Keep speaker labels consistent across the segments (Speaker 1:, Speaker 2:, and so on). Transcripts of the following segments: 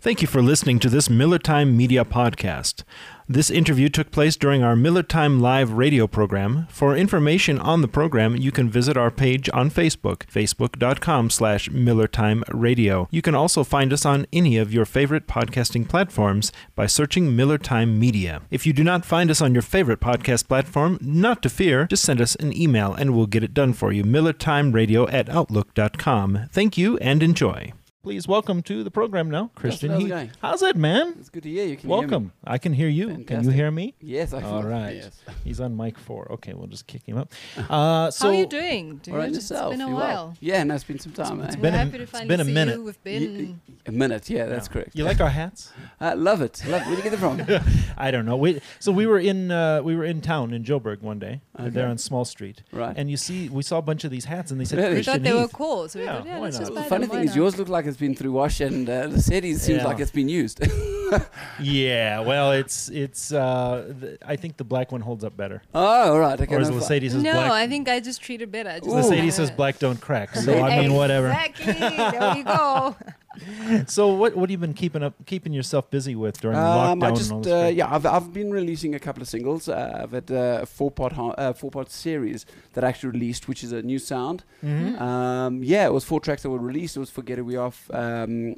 Speaker 1: Thank you for listening to this Miller Time Media Podcast. This interview took place during our Miller Time Live radio program. For information on the program, you can visit our page on Facebook, facebook.com slash millertimeradio. You can also find us on any of your favorite podcasting platforms by searching Miller Time Media. If you do not find us on your favorite podcast platform, not to fear, just send us an email and we'll get it done for you, millertimeradio at outlook.com. Thank you and enjoy. Please welcome to the program now, Christian.
Speaker 2: how's it
Speaker 1: Heath.
Speaker 2: going?
Speaker 1: How's it, man?
Speaker 2: It's good to hear you. Can you hear me?
Speaker 1: Welcome. I can hear you. Can you
Speaker 2: Fantastic.
Speaker 1: hear me?
Speaker 2: Yes, I
Speaker 1: All
Speaker 2: can.
Speaker 1: right.
Speaker 2: Yes.
Speaker 1: He's on mic four. Okay, we'll just kick him up. Uh, so
Speaker 3: How are you doing, dude?
Speaker 2: All right, yourself.
Speaker 3: It's been a
Speaker 2: You
Speaker 3: while.
Speaker 2: Well? Yeah, no, it's been some time. eh?
Speaker 1: it's
Speaker 3: We're
Speaker 1: been a-
Speaker 3: happy to
Speaker 1: it's
Speaker 3: finally
Speaker 1: been a
Speaker 3: see
Speaker 1: minute.
Speaker 3: you. We've
Speaker 2: Y-
Speaker 3: been
Speaker 2: y- a minute. Yeah, that's correct.
Speaker 1: You like our hats?
Speaker 2: Uh, love it. Love. Where would you get them from?
Speaker 1: I don't know. We, so we were in uh, we were in town in Joburg one day.
Speaker 2: Okay.
Speaker 1: There on Small Street.
Speaker 2: Right.
Speaker 1: And you see, we saw a bunch of these hats, and they said
Speaker 2: Really?
Speaker 3: we
Speaker 1: Christian
Speaker 3: thought they were
Speaker 1: Heath.
Speaker 3: cool, so we
Speaker 1: Yeah,
Speaker 3: thought, yeah,
Speaker 1: why
Speaker 3: let's
Speaker 1: not?
Speaker 3: just
Speaker 1: Well,
Speaker 3: buy
Speaker 2: the funny
Speaker 3: them, why
Speaker 2: thing is,
Speaker 3: not?
Speaker 2: yours look like it's been through wash, and uh, the setting seems
Speaker 1: Yeah.
Speaker 2: like it's been used.
Speaker 1: Yeah. Well, it's it's. Uh, th- I think the black one holds up better.
Speaker 2: oh, all right. Okay.
Speaker 1: or as
Speaker 2: no,
Speaker 1: Lacey says,
Speaker 3: No,
Speaker 1: black.
Speaker 3: I think I just treat it better. I just
Speaker 2: Ooh.
Speaker 3: don't
Speaker 1: Lacey
Speaker 3: know.
Speaker 1: says black don't crack. So
Speaker 3: Exactly.
Speaker 1: I mean, whatever.
Speaker 3: Exactly. There you go.
Speaker 1: So what what have you been keeping up keeping yourself busy with during
Speaker 2: Um,
Speaker 1: the lockdown?
Speaker 2: I
Speaker 1: and all
Speaker 2: just
Speaker 1: this
Speaker 2: uh,
Speaker 1: crap?
Speaker 2: yeah, I've, I've been releasing a couple of singles. Uh, I've had uh, a four part ho- uh, four part series that I actually released, which is a new sound.
Speaker 1: Mhm.
Speaker 2: Um, yeah, it was four tracks that were released. It was Forget It We Off, um,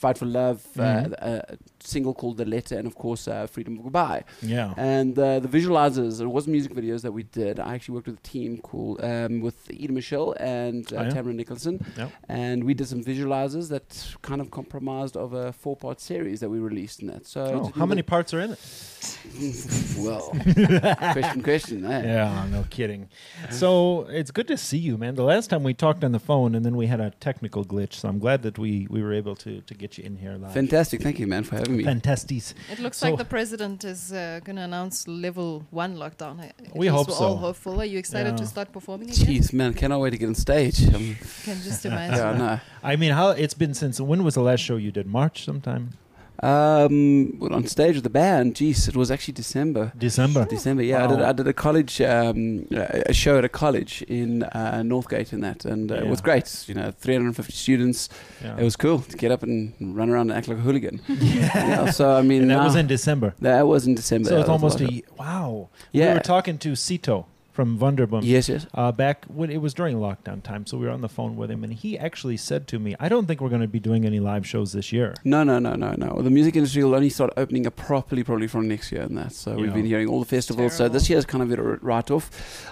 Speaker 2: Fight for Love,
Speaker 1: Mhm.
Speaker 2: uh, a single called The Letter, and of course uh, Freedom of Goodbye.
Speaker 1: Yeah.
Speaker 2: And uh, the visualizers, it was music videos that we did. I actually worked with a team called um, with Ida Michelle and uh,
Speaker 1: Oh, yeah?
Speaker 2: Tamara Nicholson,
Speaker 1: Yep.
Speaker 2: and we did some visualizers that kind of compromised of a four part series that we released in that. So it
Speaker 1: Oh,
Speaker 2: didn't
Speaker 1: how many
Speaker 2: look-
Speaker 1: parts are in it?
Speaker 2: well, question, question. eh?
Speaker 1: Yeah, no kidding. So it's good to see you, man. The last time we talked on the phone, and then we had a technical glitch. So I'm glad that we we were able to to get you in here live.
Speaker 2: Fantastic. Thank you, man, for having me.
Speaker 1: Fantastis.
Speaker 3: It looks
Speaker 1: So-
Speaker 3: like the president is uh, going to announce level one lockdown. At
Speaker 1: We
Speaker 3: least
Speaker 1: hope
Speaker 3: we're all
Speaker 1: so.
Speaker 3: hopeful. Are you excited
Speaker 1: Yeah.
Speaker 3: to start performing again?
Speaker 2: Jeez, man, cannot wait to get on stage. Um,
Speaker 3: Can just imagine.
Speaker 2: yeah, I know.
Speaker 1: I mean, how it's been since when was the last show you did? March sometime.
Speaker 2: Um, well, on stage with the band, geez, it was actually December.
Speaker 1: December.
Speaker 2: December, yeah. I, did,
Speaker 1: Wow.
Speaker 2: I did a college, um, a a show at a college in uh, Northgate and that, and uh, it was
Speaker 1: Yeah.
Speaker 2: great. You know, 350 students.
Speaker 1: Yeah.
Speaker 2: It was cool to get up and run around and act like a hooligan. yeah, so, I mean,
Speaker 1: And that
Speaker 2: now-
Speaker 1: was in December.
Speaker 2: that was in December.
Speaker 1: So
Speaker 2: That
Speaker 1: it's
Speaker 2: was
Speaker 1: almost a
Speaker 2: like
Speaker 1: ye- wow. We
Speaker 2: uh, Yeah.
Speaker 1: were talking to Sito from Wunderbum.
Speaker 2: Yes, yes.
Speaker 1: uh, back when it was during lockdown time. So we were on the phone with him, and he actually said to me, "I don't think we're going to be doing any live shows this year."
Speaker 2: No, no, no, no, no. The music industry will only start opening up properly probably from next year and that. So
Speaker 1: Yeah.
Speaker 2: we've been hearing all the festivals. So
Speaker 3: Terrible.
Speaker 2: this year's kind of a write off.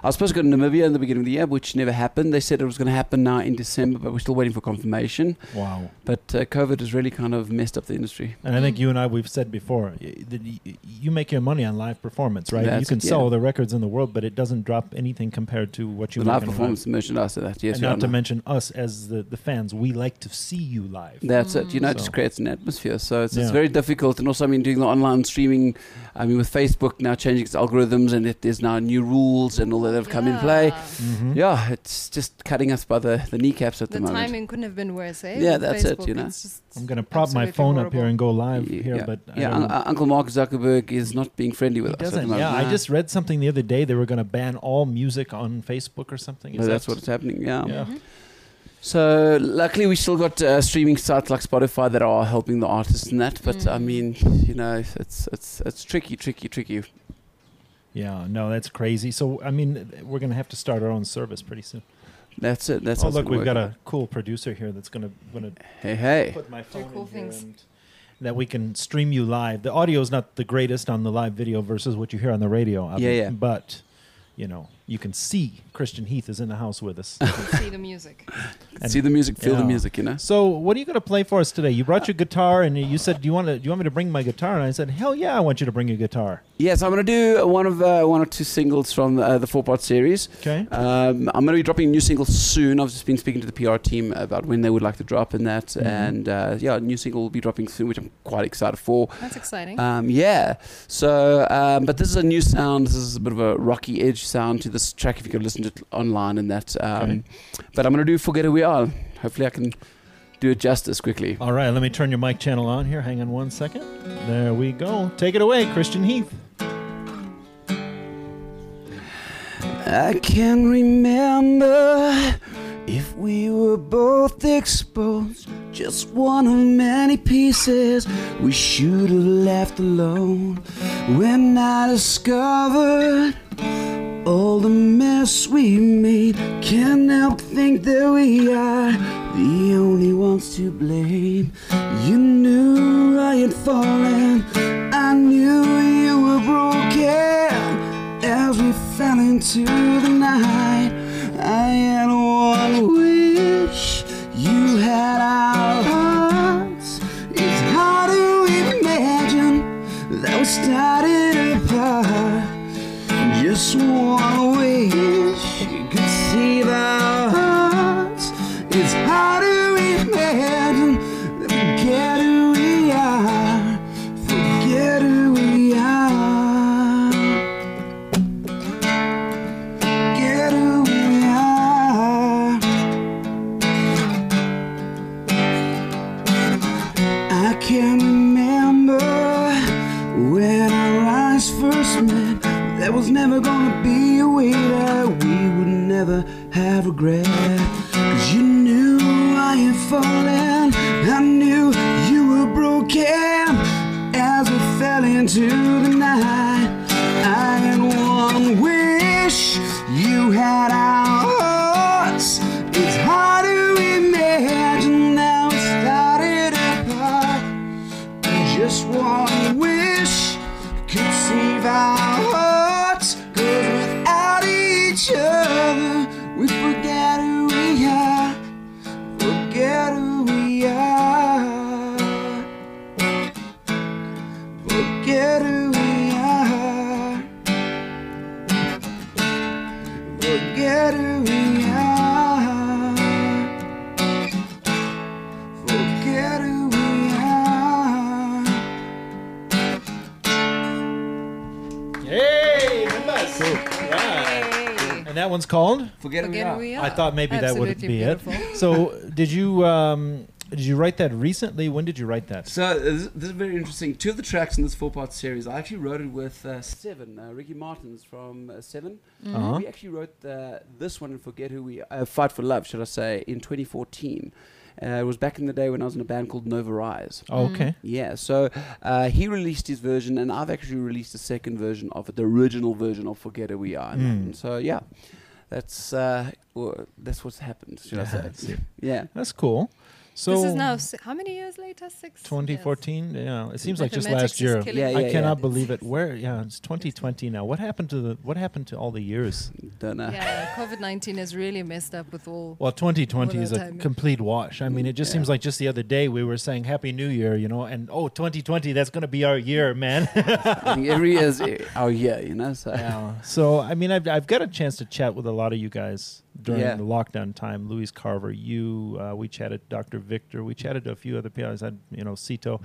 Speaker 2: I was supposed to go to Namibia in the beginning of the year, which never happened. They said it was going to happen now in December, but we're still waiting for confirmation.
Speaker 1: Wow!
Speaker 2: But uh, COVID has really kind of messed up the industry.
Speaker 1: And I think you and I we've said before y- that y- you make your money on live performance, right? you
Speaker 2: That's-
Speaker 1: can sell
Speaker 2: yeah.
Speaker 1: all the records in the world, but it doesn't drop anything compared to what you
Speaker 2: the
Speaker 1: make
Speaker 2: live
Speaker 1: in a
Speaker 2: performance, the merchandise, and that. Yes,
Speaker 1: and
Speaker 2: you
Speaker 1: not to
Speaker 2: know.
Speaker 1: mention us as the, the fans, we like to see you live.
Speaker 2: That's it. You know, it
Speaker 1: So-
Speaker 2: just creates an atmosphere. So it's,
Speaker 1: Mm. Yeah.
Speaker 2: it's very difficult. And also, I mean, doing the online streaming, I mean, with Facebook now changing its algorithms and it, there's now new rules and all that have come in play.
Speaker 3: Yeah.
Speaker 1: Mhm.
Speaker 2: Yeah, it's just cutting us by the, the kneecaps at
Speaker 3: The,
Speaker 2: the, moment.
Speaker 3: timing couldn't have been worse, eh?
Speaker 2: Yeah,
Speaker 3: With
Speaker 2: that's it,
Speaker 3: Facebook,
Speaker 2: you know.
Speaker 3: it's just
Speaker 1: I'm gonna prop my
Speaker 3: absolutely
Speaker 1: phone up
Speaker 3: horrible.
Speaker 1: here and go live
Speaker 2: Y-
Speaker 1: here,
Speaker 2: yeah.
Speaker 1: but I
Speaker 2: yeah,
Speaker 1: don't,
Speaker 2: un- uh, Uncle Mark Zuckerberg is not being friendly with
Speaker 1: he
Speaker 2: us. at the
Speaker 1: doesn't.
Speaker 2: moment.
Speaker 1: Yeah, I
Speaker 2: No.
Speaker 1: just read something the other day. They were gonna ban all music on Facebook or something. Is
Speaker 2: No, that's
Speaker 1: that-
Speaker 2: what's happening. Yeah.
Speaker 1: Yeah.
Speaker 3: Mhm.
Speaker 2: So luckily, we still got uh, streaming sites like Spotify that are helping the artists and that. But I
Speaker 3: Mm.
Speaker 2: mean, you know, it's it's it's tricky, tricky, tricky.
Speaker 1: Yeah, no, that's crazy. So, I mean, we're going to have to start our own service pretty soon.
Speaker 2: That's it. That's
Speaker 1: oh,
Speaker 2: how it's
Speaker 1: look,
Speaker 2: gonna
Speaker 1: we've got
Speaker 2: work.
Speaker 1: a cool producer here that's going to going to
Speaker 2: hey hey.
Speaker 1: put my phone
Speaker 3: cool
Speaker 1: in here
Speaker 3: things.
Speaker 1: and that we can stream you live. The audio is not the greatest on the live video versus what you hear on the radio.
Speaker 2: Yeah, yeah.
Speaker 1: But, you know, you can see Christian Heath is in the house with us.
Speaker 3: Let's see the music.
Speaker 1: and-
Speaker 2: See the music, feel
Speaker 1: yeah.
Speaker 2: the music. You know.
Speaker 1: so, what are you going to play for us today? You brought your guitar and you said, "Do you want to do you want me to bring my guitar?" And I said, "Hell yeah, I want you to bring your guitar."
Speaker 2: Yes, I'm going to do one of uh, one or two singles from uh, the four part series.
Speaker 1: Okay?
Speaker 2: Um, I'm going to be dropping a new single soon. I've just been speaking to the PR team about when they would like to drop and that.
Speaker 1: Mhm.
Speaker 2: And uh, yeah, a new single will be dropping soon, which I'm quite excited for.
Speaker 3: That's exciting.
Speaker 2: Um, yeah. So, um, but this is a new sound. This is a bit of a rocky edge sound to this track if you could listen to it online and that. Um,
Speaker 1: Okay.
Speaker 2: But I'm going to do Forget Who We Are. Hopefully, I can do it justice quickly.
Speaker 1: All right, let me turn your mic channel on here. Hang on one second. There we go. Take it away, Christian Heath.
Speaker 2: I can remember If we were both exposed, just one of many pieces, we should have left alone. When I discovered all the mess we made, can't help think that we are the only ones to blame. You knew I had fallen, I knew you were broken. As we fell into the night, I had one wish. You had our hearts. It's hard to imagine that we started apart. Just one wish you could save our hearts. It's hard to imagine that we get who we are. Forget who we are. Get who we are. I can remember when our eyes first met. There was never gonna be a way that we would never have regret. Cause you knew I had fallen, I knew you were broken. As we fell into the night, I had one wish you had our hearts. It's hard to imagine how it started apart. Just one wish could save our hearts. Cause without each other, we forget who we are. Forget who we are. Forget who we are. Forget who we are. Forget who we are.
Speaker 1: Yay! And that one's called.
Speaker 2: Forget,
Speaker 3: Forget who we are.
Speaker 1: I thought maybe that would
Speaker 3: Absolutely
Speaker 1: be
Speaker 3: beautiful.
Speaker 1: it. So, did you um, did you write that recently? When did you write that?
Speaker 2: So uh, this, this is very interesting. Two of the tracks in this four-part series, I actually wrote it with uh, Seven, uh, Ricky Martin's from uh, 7
Speaker 3: Mm.
Speaker 1: Uh-huh.
Speaker 2: We actually wrote uh, this one and "Forget Who We uh, Fight for Love," should I say, in 2014. Uh, it was back in the day when I was in a band called Nova Rise.
Speaker 1: Oh,
Speaker 3: Mm.
Speaker 1: okay.
Speaker 2: Yeah, so uh, he released his version, and I've actually released a second version of it, the original version of "Forget Who We Are."
Speaker 1: Mm.
Speaker 2: And so yeah, that's uh, w- that's what's happened, should I say?
Speaker 1: That's,
Speaker 2: Yeah.
Speaker 1: that's cool. So
Speaker 3: this is now si- how many years later? Six. years.
Speaker 1: 2014. Yeah, it seems like just
Speaker 3: Mathematics
Speaker 1: last
Speaker 3: is
Speaker 1: year.
Speaker 3: killing
Speaker 2: Yeah,
Speaker 3: me.
Speaker 2: yeah,
Speaker 1: I cannot believe it. Where? Yeah, it's 2020 now. What happened to the? What happened to all the years?
Speaker 2: Don't know.
Speaker 3: Yeah, COVID nineteen has really messed up with all.
Speaker 1: Well, 2020
Speaker 3: What
Speaker 1: is
Speaker 3: a
Speaker 1: a
Speaker 3: time.
Speaker 1: complete wash. I mean, it just
Speaker 2: Yeah.
Speaker 1: seems like just the other day we were saying Happy New Year, you know, and oh, 2020, that's going to be our year, man.
Speaker 2: I think every year's eh, our year, you know. So
Speaker 1: Yeah. So, I mean, I've, I've got a chance to chat with a lot of you guys during
Speaker 2: Yeah.
Speaker 1: the lockdown time. Louise Carver, you, uh, we chatted, Dr. Victor, we chatted to a few other people. I had, you know, Sito.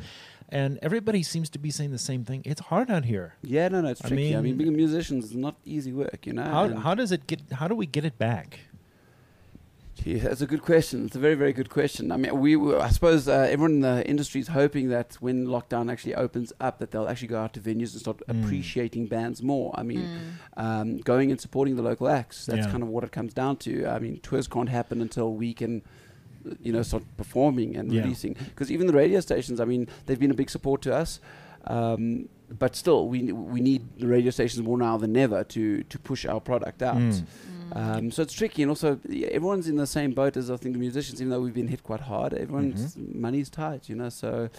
Speaker 1: And everybody seems to be saying the same thing. It's hard out here.
Speaker 2: yeah, no, no, it's
Speaker 1: I
Speaker 2: tricky. I mean,
Speaker 1: mean-
Speaker 2: being a musician is not easy work, you know.
Speaker 1: How,
Speaker 3: Um,
Speaker 2: and-
Speaker 1: how does it get, how do we get it back?
Speaker 2: Gee, that's a good question. It's a very, very good question. I mean, we, we I suppose uh, everyone in the industry is hoping that when lockdown actually opens up, that they'll actually go out to venues and start
Speaker 1: Mm.
Speaker 2: appreciating bands more. I mean,
Speaker 3: Mm.
Speaker 2: um, going and supporting the local acts. That's
Speaker 1: Yeah.
Speaker 2: kind of what it comes down to. I mean, tours can't happen until we can, you know, start performing and
Speaker 1: Yeah.
Speaker 2: releasing. Because even the radio stations, I mean, they've been a big support to us. Um, but still, we we need the radio stations more now than ever to to push our product out.
Speaker 1: Mm.
Speaker 3: Mm.
Speaker 2: Um, so it's tricky, and also yeah, everyone's in the same boat as I think the musicians. Even though we've been hit quite hard, everyone's
Speaker 1: Mm-hmm.
Speaker 2: money's tight, you know. So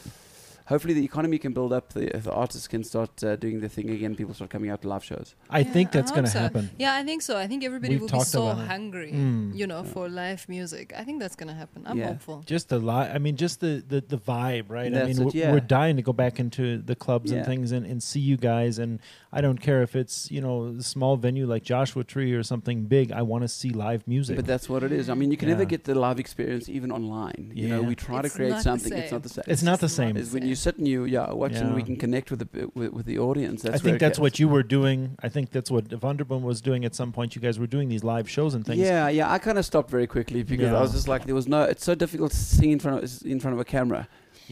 Speaker 2: hopefully the economy can build up, the, the artists can start uh, doing their thing again, people start coming out to live shows.
Speaker 1: I
Speaker 3: Yeah,
Speaker 1: think
Speaker 3: I
Speaker 1: that's
Speaker 3: hope
Speaker 1: going to
Speaker 3: so.
Speaker 1: happen.
Speaker 3: yeah, I think so. I think everybody
Speaker 1: We've
Speaker 3: will be
Speaker 1: talked
Speaker 3: so
Speaker 1: about it.
Speaker 3: hungry,
Speaker 1: Mm.
Speaker 3: you know, for live music. I think that's going to happen. I'm
Speaker 2: Yeah.
Speaker 3: hopeful.
Speaker 1: Just the li- I mean, just the the, the vibe, right? I
Speaker 2: That's
Speaker 1: mean,
Speaker 2: it,
Speaker 1: we're,
Speaker 2: yeah.
Speaker 1: we're dying to go back into the clubs and
Speaker 2: Yeah.
Speaker 1: things and, and see you guys. And I don't care if it's you know a small venue like Joshua Tree or something big. I want to see live music.
Speaker 2: But that's what it is. I mean, you can never
Speaker 1: Yeah.
Speaker 2: get the live experience even online. You know,
Speaker 1: Yeah.
Speaker 2: we try
Speaker 3: It's
Speaker 2: to create
Speaker 3: not the
Speaker 2: something, it's
Speaker 3: same.
Speaker 2: not the same.
Speaker 1: it's not the
Speaker 3: It's not
Speaker 1: same.
Speaker 3: the
Speaker 2: It's when you sit and you yeah watch and we
Speaker 1: Yeah.
Speaker 2: can connect with the with, with the audience. That's
Speaker 1: I
Speaker 2: where
Speaker 1: think
Speaker 2: it
Speaker 1: that's
Speaker 2: gets.
Speaker 1: what you were doing. I think that's what Vanderboom was doing at some point. You guys were doing these live shows and things.
Speaker 2: Yeah, yeah. I kind of stopped very quickly because
Speaker 1: Yeah.
Speaker 2: I was just like, there was no. It's so difficult to sing in front of in front of a camera.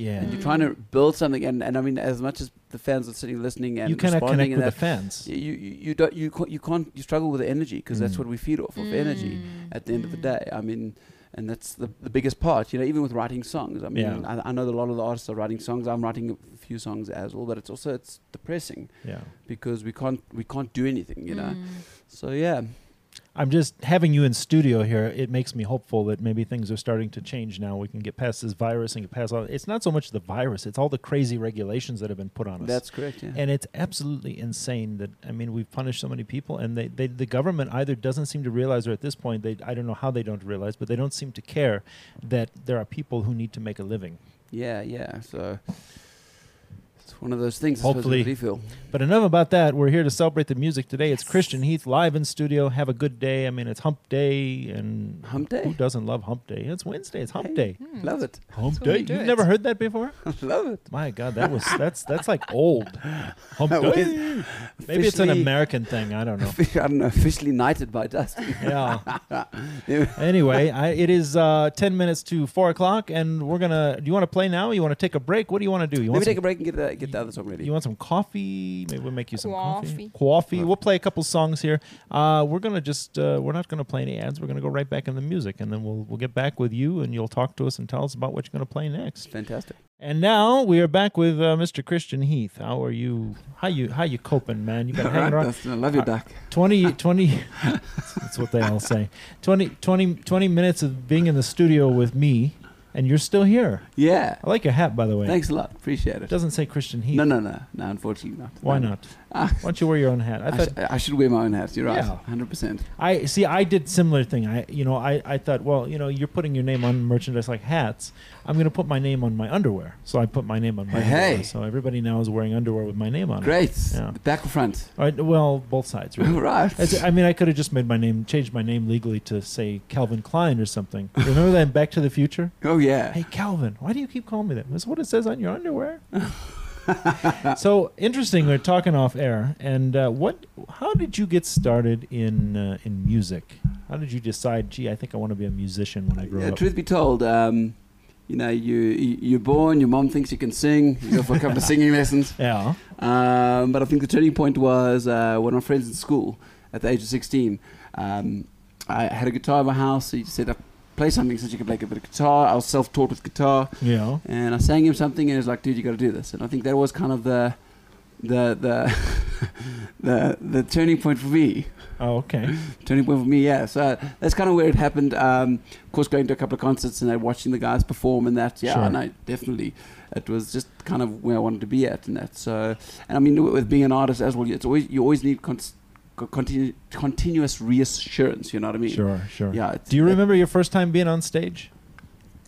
Speaker 1: Yeah.
Speaker 2: and you're trying to build something. And, and I mean, as much as the fans are sitting listening and
Speaker 1: you cannot
Speaker 2: responding
Speaker 1: connect
Speaker 2: and
Speaker 1: with the fans.
Speaker 2: that, you you you don't you ca- you can't you struggle with the energy because that's
Speaker 1: Mm.
Speaker 2: what we feed off of energy
Speaker 3: Mm.
Speaker 2: at the end of the
Speaker 3: Mm.
Speaker 2: day. I mean. And that's the, the biggest part, you know, even with writing songs. I mean,
Speaker 1: Yeah.
Speaker 2: I, I know that a lot of the artists are writing songs. I'm writing a few songs as well, but it's also, it's depressing
Speaker 1: Yeah.
Speaker 2: because we can't, we can't do anything, you know?
Speaker 3: Mm.
Speaker 2: So yeah,
Speaker 1: I'm just having you in studio here. It makes me hopeful that maybe things are starting to change now. We can get past this virus and get past all. It's not so much the virus; it's all the crazy regulations that have been put on us.
Speaker 2: that's correct. Yeah.
Speaker 1: and it's absolutely insane that I mean we've punished so many people, and they, they the government either doesn't seem to realize, or at this point they I don't know how they don't realize, but they don't seem to care that there are people who need to make a living.
Speaker 2: Yeah, yeah. So it's one of those things. I suppose,
Speaker 1: Hopefully-
Speaker 2: with refill.
Speaker 1: But enough about that. We're here to celebrate the music today. It's Christian Heath live in studio. Have a good day. I mean it's Hump Day, and
Speaker 2: Hump
Speaker 1: who
Speaker 2: day.
Speaker 1: doesn't love Hump Day? It's Wednesday. It's Hump
Speaker 2: Hey.
Speaker 1: Day.
Speaker 3: Mm.
Speaker 2: Love it.
Speaker 1: Hump
Speaker 3: That's what
Speaker 1: Day.
Speaker 3: we do.
Speaker 1: You've never heard that before?
Speaker 2: Love it.
Speaker 1: My God, that was that's that's like old. Hump
Speaker 2: That was
Speaker 1: Day. Maybe it's an
Speaker 2: officially-
Speaker 1: American thing. I don't know.
Speaker 2: I don't know. Officially knighted by dust.
Speaker 1: Yeah.
Speaker 2: Yeah.
Speaker 1: Anyway, I, it is uh, ten minutes to four o'clock, and we're gonna. Do you want to play now? You want to take a break? What do you want to do? You
Speaker 2: Let me
Speaker 1: want
Speaker 2: take a break and get the, get the other song ready.
Speaker 1: you want some coffee? Maybe we'll make you some coffee.
Speaker 3: Coffee.
Speaker 1: Coffee. We'll play a couple songs here. Uh, we're gonna just. Uh, we're not gonna play any ads. We're gonna go right back in the music, and then we'll we'll get back with you, and you'll talk to us and tell us about what you're gonna play next.
Speaker 2: Fantastic.
Speaker 1: And now we are back with uh, Mr. Christian Heath. How are you? How you? How you coping, man? You been hanging around.
Speaker 2: Dustin, I love your duck.
Speaker 1: 20, 20 that's what they all say 20, 20, 20 minutes of being in the studio with me and you're still here
Speaker 2: Yeah.
Speaker 1: i like your hat by the way
Speaker 2: Thanks a lot. Appreciate
Speaker 1: it
Speaker 2: it.
Speaker 1: doesn't say christian heath
Speaker 2: No, no, no, no. Unfortunately not.
Speaker 1: why
Speaker 2: No.
Speaker 1: not why
Speaker 2: Ah.
Speaker 1: don't you wear your own hat i
Speaker 2: I,
Speaker 1: thought
Speaker 2: sh- I should wear my own hat. You're right.
Speaker 1: Yeah.
Speaker 2: 100%.
Speaker 1: i see i did similar thing i you know i i thought well you know you're putting your name on merchandise like hats i'm going to put my name on my underwear so i put my name on my
Speaker 2: Hey, hey.
Speaker 1: underwear so everybody now is wearing underwear with my name on it
Speaker 2: Great.
Speaker 1: Yeah.
Speaker 2: Back or front?
Speaker 1: All right, well both sides really
Speaker 2: right.
Speaker 1: It's, I mean, I could have just made my name, changed my name legally to say Calvin Klein or something. Remember that in Back to the Future?
Speaker 2: Oh, yeah.
Speaker 1: Hey, Calvin, why do you keep calling me that? That's what it says on your underwear. so interesting. We're talking off air, and uh, what? How did you get started in uh, in music? How did you decide? Gee, I think I want to be a musician when I grow
Speaker 2: Yeah,
Speaker 1: up.
Speaker 2: Uh, truth be told, um, you know, you, you you're born. Your mom thinks you can sing. You go for a couple of singing lessons.
Speaker 1: Yeah.
Speaker 2: Um, but I think the turning point was uh, one of my friends in school at the age of 16. Um, I had a guitar in my house. He said, "Uh, "Play something since you can play a bit of guitar." I was self-taught with guitar,
Speaker 1: Yeah.
Speaker 2: and I sang him something, and he was like, "Dude, you got to do this." And I think that was kind of the the the the, the turning point for me.
Speaker 1: Oh, okay.
Speaker 2: Turning point for me, yeah. So that's kind of where it happened. Um, of course, going to a couple of concerts and then watching the guys perform and that, yeah,
Speaker 1: Sure.
Speaker 2: and I definitely, it was just kind of where I wanted to be at and that. So, and I mean, w- with being an artist as well, it's always you always need cons- co- continu- continuous reassurance. You know what I mean?
Speaker 1: Sure. Sure.
Speaker 2: Yeah. It's,
Speaker 1: Do you remember your first time being on stage?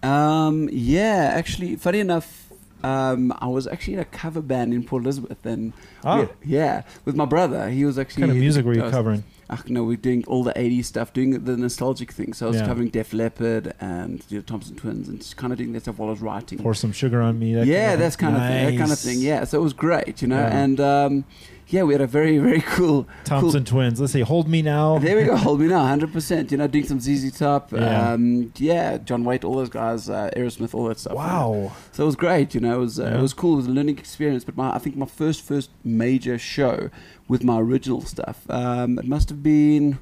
Speaker 2: Um, yeah, actually, funny enough, um, I was actually in a cover band in Port Elizabeth, and
Speaker 1: Oh,
Speaker 2: we- yeah, with my brother. He was
Speaker 1: what
Speaker 2: actually
Speaker 1: kind of music were you
Speaker 2: Uh,
Speaker 1: covering?
Speaker 2: Ach, no, we're doing all the 80s stuff, doing the nostalgic thing. So I was
Speaker 1: Yeah.
Speaker 2: covering Def Leppard and the Thompson Twins and just kind of doing that stuff while I was writing.
Speaker 1: Pour some sugar on me. That
Speaker 2: yeah,
Speaker 1: kind of
Speaker 2: that's kind of thing, that kind of
Speaker 1: Nice.
Speaker 2: thing. Yeah, so it was great, you know.
Speaker 1: Yeah.
Speaker 2: And um, yeah, we had a very, very cool.
Speaker 1: Thompson Twins. Let's see. Hold me now.
Speaker 2: There we go, hold me now, hundred percent. You know, doing some ZZ Top,
Speaker 1: Yeah.
Speaker 2: um, yeah, John Waite, all those guys, uh, Aerosmith, all that stuff.
Speaker 1: Wow.
Speaker 2: So it was great, you know. It was uh,
Speaker 1: Yeah.
Speaker 2: it was cool. It was a learning experience. But my, I think my first first major show with my original stuff. Um, it must have been.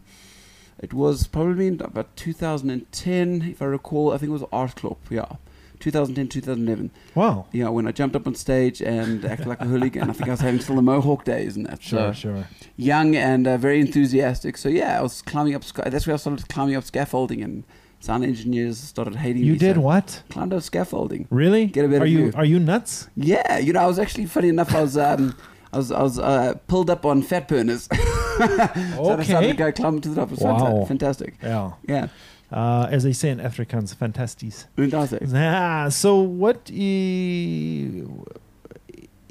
Speaker 2: It was probably in about 2010, if I recall. I think it was Art Club, yeah. 2010, 2011.
Speaker 1: Wow.
Speaker 2: Yeah, when I jumped up on stage and acted like a hooligan. I think I was having still the Mohawk days and that.
Speaker 1: Sure,
Speaker 2: So
Speaker 1: sure.
Speaker 2: young and uh, very enthusiastic. So yeah, I was climbing up. Sc- that's where I started climbing up scaffolding, and sound engineers started hating me.
Speaker 1: You did
Speaker 2: so
Speaker 1: what?
Speaker 2: Climbed up scaffolding.
Speaker 1: Really?
Speaker 2: Get a better
Speaker 1: are you
Speaker 2: view.
Speaker 1: are you nuts?
Speaker 2: Yeah, you know, I was actually funny enough. I was um, I was I was uh, pulled up on fat burners. so I decided to
Speaker 1: Okay.
Speaker 2: go climb to the top. It was
Speaker 1: Wow.
Speaker 2: fanta- fantastic.
Speaker 1: Yeah.
Speaker 2: Yeah,
Speaker 1: Uh, as they say in Afrikaans, fantasties.
Speaker 2: fantastic.
Speaker 1: Ah, so what? i-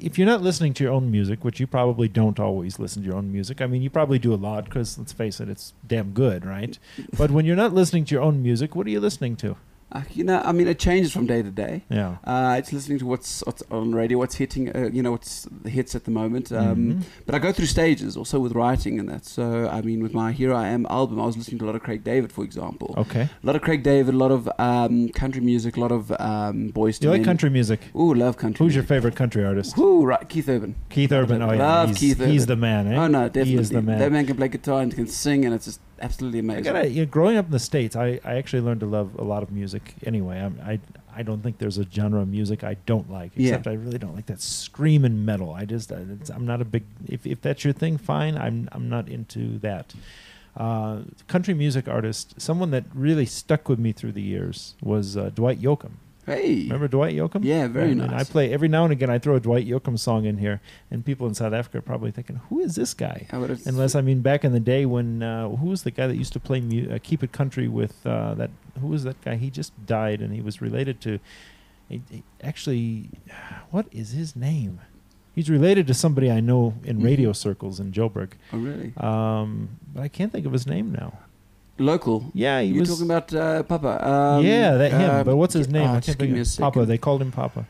Speaker 1: if you're not listening to your own music, which you probably don't always listen to your own music, I mean, you probably do a lot because let's face it, it's damn good, right? But when you're not listening to your own music, what are you listening to?
Speaker 2: Uh, you know, I mean, it changes from day to day.
Speaker 1: Yeah.
Speaker 2: Uh, it's listening to what's, what's on radio, what's hitting, uh, you know, what's the hits at the moment. Um,
Speaker 1: Mhm.
Speaker 2: But I go through stages also with writing and that. So, I mean, with my Here I Am album, I was listening to a lot of Craig David, for example.
Speaker 1: Mm-hmm. Okay.
Speaker 2: A lot of Craig David, a lot of um, country music, a lot of um, boys.
Speaker 1: Do you like country music?
Speaker 2: Ooh, love country.
Speaker 1: Who's your favorite country artist?
Speaker 2: Ooh, right, Keith Urban.
Speaker 1: Keith Urban. Oh, yeah.
Speaker 2: Love
Speaker 1: he's,
Speaker 2: Keith
Speaker 1: he's
Speaker 2: Urban.
Speaker 1: the man, eh?
Speaker 2: Oh no, definitely.
Speaker 1: He is the man.
Speaker 2: That man can play guitar and can sing, and it's just absolutely
Speaker 1: I
Speaker 2: amazing.
Speaker 1: gotta, you know, growing up in the States, I, I actually learned to love a lot of music anyway. I'm, I, I don't think there's a genre of music I don't like,
Speaker 2: Yeah.
Speaker 1: except I really don't like that screaming metal. I just, I- it's, I'm not a big, if, if that's your thing, fine. I'm, I'm not into that. Uh, country music artist, someone that really stuck with me through the years was uh, Dwight Yoakam.
Speaker 2: hey,
Speaker 1: Remember Dwight Yoakam?
Speaker 2: yeah, very
Speaker 1: And
Speaker 2: nice.
Speaker 1: I play every now and again. I throw a Dwight Yoakam song in here, and people in South Africa are probably thinking, "Who is this guy?"
Speaker 2: I would have-
Speaker 1: Unless I mean, back in the day when uh, who was the guy that used to play mu- uh, "Keep It Country" with uh, that? Who was that guy? He just died, and he was related to. he- he- actually, what is his name? He's related to somebody I know in
Speaker 2: Mhm.
Speaker 1: radio circles in Joburg,
Speaker 2: oh really?
Speaker 1: um, but I can't think of his name now.
Speaker 2: Local.
Speaker 1: Yeah, he
Speaker 2: You're
Speaker 1: was.
Speaker 2: talking about uh, Papa. Um,
Speaker 1: yeah, that him.
Speaker 2: um,
Speaker 1: but what's his name?
Speaker 2: oh,
Speaker 1: I
Speaker 2: just
Speaker 1: can't
Speaker 2: give
Speaker 1: think
Speaker 2: me
Speaker 1: of
Speaker 2: a second.
Speaker 1: Papa. They called him Papa.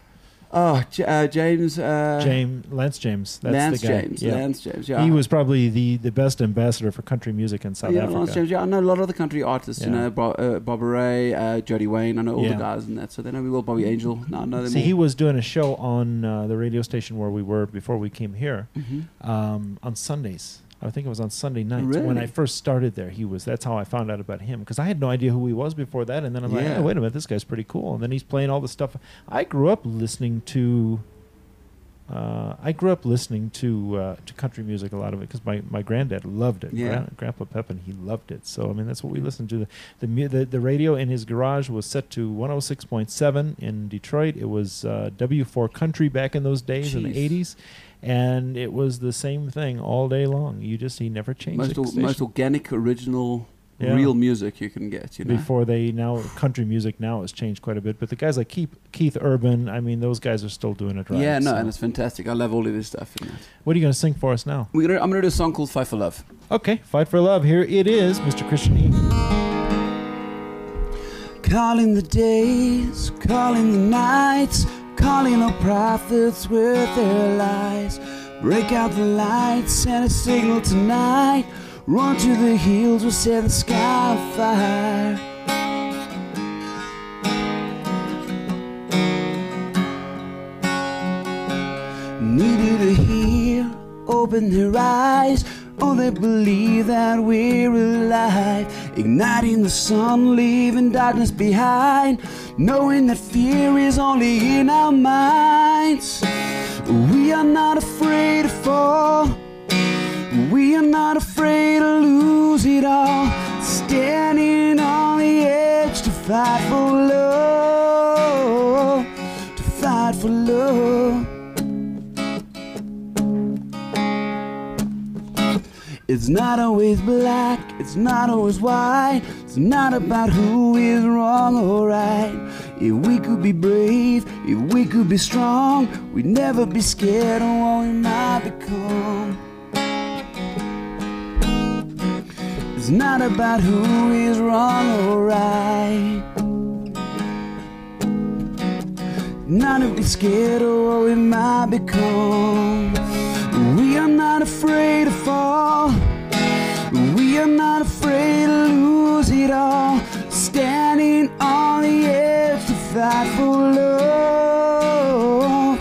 Speaker 2: Oh, J- uh, James. Uh,
Speaker 1: James Lance James. That's
Speaker 2: Lance
Speaker 1: the guy.
Speaker 2: James.
Speaker 1: Yeah.
Speaker 2: Lance James. Yeah.
Speaker 1: He was probably the, the best ambassador for country music in South
Speaker 2: yeah,
Speaker 1: Africa.
Speaker 2: Lance James. Yeah, I know a lot of the country artists. You
Speaker 1: Yeah.
Speaker 2: know, Bob, uh, Bob Ray, uh, Jody Wayne. I know all
Speaker 1: Yeah. Mm-hmm.
Speaker 2: the guys and that. So they know me well. Bobby Angel. No, I know them
Speaker 1: See,
Speaker 2: all.
Speaker 1: he was doing a show on uh, the radio station where we were before we came here
Speaker 2: Mhm.
Speaker 1: um, on Sundays. I think it was on Sunday nights when
Speaker 2: Really?
Speaker 1: I first started there. He was. That's how I found out about him because I had no idea who he was before that. And then I'm like,
Speaker 2: Yeah.
Speaker 1: oh, wait a minute, this guy's pretty cool. And then he's playing all the stuff. I grew up listening to. Uh, I grew up listening to uh, to country music a lot of it because my, my granddad loved it.
Speaker 2: Yeah.
Speaker 1: Gran- Grandpa Pepin he loved it. So I mean that's what we listened to. The the, mu- the the radio in his garage was set to 106.7 in Detroit. It was uh, W4 Country back in those days in the
Speaker 2: Jeez.
Speaker 1: 80s, and it was the same thing all day long. You just he never changed
Speaker 2: Most,
Speaker 1: the
Speaker 2: or,
Speaker 1: station.
Speaker 2: most organic, original,
Speaker 1: Yeah.
Speaker 2: real music you can get. You know.
Speaker 1: Before they now country music now has changed quite a bit, but the guys like Keith Keith Urban, I mean those guys are still doing it right.
Speaker 2: yeah, no,
Speaker 1: so-
Speaker 2: and it's fantastic. I love all of this stuff. You know.
Speaker 1: what are you going to sing for us now?
Speaker 2: We're gonna, I'm going to do a song called Fight for Love.
Speaker 1: Okay, fight for love. Here it is, Mr. Christian E.
Speaker 2: Calling the days, calling the nights, calling the prophets with their lies. Break out the lights, send a signal tonight. Run to the hills, we'll set the sky on fire. needed to hear, open their eyes. Oh, they believe that we're alive, igniting the sun, leaving darkness behind, knowing that fear is only in our minds. We are not afraid to fall. We are not afraid to lose it all. Standing on the edge to fight for love. To fight for love. It's not always black, it's not always white, it's not about who is wrong or right. If we could be brave, if we could be strong, we'd never be scared of what we might become. It's not about who is wrong or right. Not to be scared of what we might become. We are not afraid to fall. We are not afraid to lose it all. Standing on the edge to fight for love.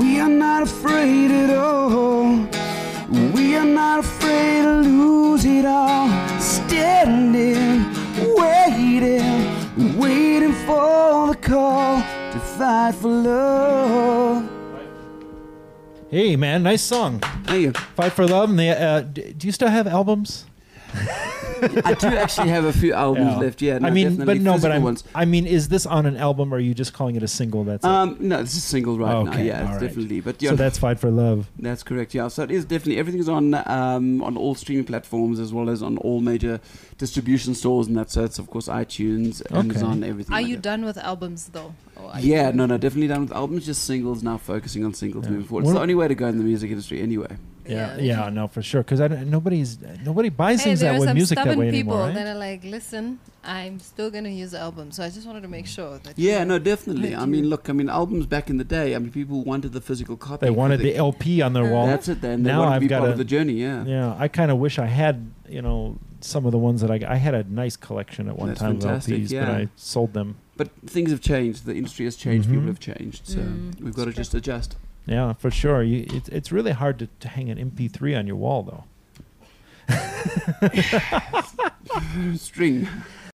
Speaker 2: We are not afraid at all. We are not afraid to lose it all. Standing, waiting, waiting for the call to fight for love.
Speaker 1: Hey man, nice song.
Speaker 2: Thank you.
Speaker 1: Fight for Love. And they, uh, d- do you still have albums?
Speaker 2: I do actually have a few albums left. Yeah, no,
Speaker 1: I mean,
Speaker 2: definitely
Speaker 1: but no, but
Speaker 2: physical
Speaker 1: I'm,
Speaker 2: ones.
Speaker 1: I mean, is this on an album or are you just calling it a single? That's it?
Speaker 2: Um, no, this is single right now.
Speaker 1: Okay,
Speaker 2: Yeah, it's
Speaker 1: all right.
Speaker 2: definitely. But yeah,
Speaker 1: so that's Fight for Love.
Speaker 2: That's correct. Yeah, so it is definitely everything is on um, on all streaming platforms as well as on all major distribution stores, and that's so it's of course iTunes, Amazon, everything.
Speaker 3: Are
Speaker 2: like
Speaker 3: you
Speaker 2: that.
Speaker 3: done with albums though? Oh, Or are you
Speaker 2: Yeah,
Speaker 3: done?
Speaker 2: no, no, definitely done with albums. Just singles now, focusing on singles
Speaker 1: Yeah.
Speaker 2: moving forward.
Speaker 1: One-
Speaker 2: it's the only way to go in the music industry, anyway.
Speaker 1: Yeah, yeah, no, for sure. Because nobody's nobody buys
Speaker 3: Hey,
Speaker 1: things
Speaker 3: there
Speaker 1: that
Speaker 3: are
Speaker 1: way,
Speaker 3: some
Speaker 1: music that
Speaker 3: stubborn
Speaker 1: way
Speaker 3: people
Speaker 1: anymore. eh? Right?
Speaker 3: that are like, listen, I'm still gonna use the album, so I just wanted to make sure that.
Speaker 2: Yeah,
Speaker 3: you-
Speaker 2: no, definitely.
Speaker 3: Thank
Speaker 2: I
Speaker 3: you.
Speaker 2: mean, look, I mean, albums back in the day, I mean, people wanted the physical copy.
Speaker 1: They
Speaker 2: 'cause
Speaker 1: wanted the LP on their
Speaker 3: Uh,
Speaker 1: wall.
Speaker 2: That's it. Then they
Speaker 1: Now
Speaker 2: wanted
Speaker 1: I've
Speaker 2: to be
Speaker 1: got
Speaker 2: part
Speaker 1: a-
Speaker 2: of the journey. Yeah.
Speaker 1: yeah, I kind of wish I had you know some of the ones that I I had a nice collection at one
Speaker 2: That's
Speaker 1: time of
Speaker 2: fantastic,
Speaker 1: LPs, but
Speaker 2: yeah.
Speaker 1: I sold them.
Speaker 2: But things have changed. The industry has changed.
Speaker 1: Mhm.
Speaker 2: People have changed. So
Speaker 3: Mm.
Speaker 2: we've got to
Speaker 3: It's true.
Speaker 2: just adjust.
Speaker 1: Yeah, for sure. You, it's it's really hard to, to hang an MP3 on your wall though.
Speaker 2: String.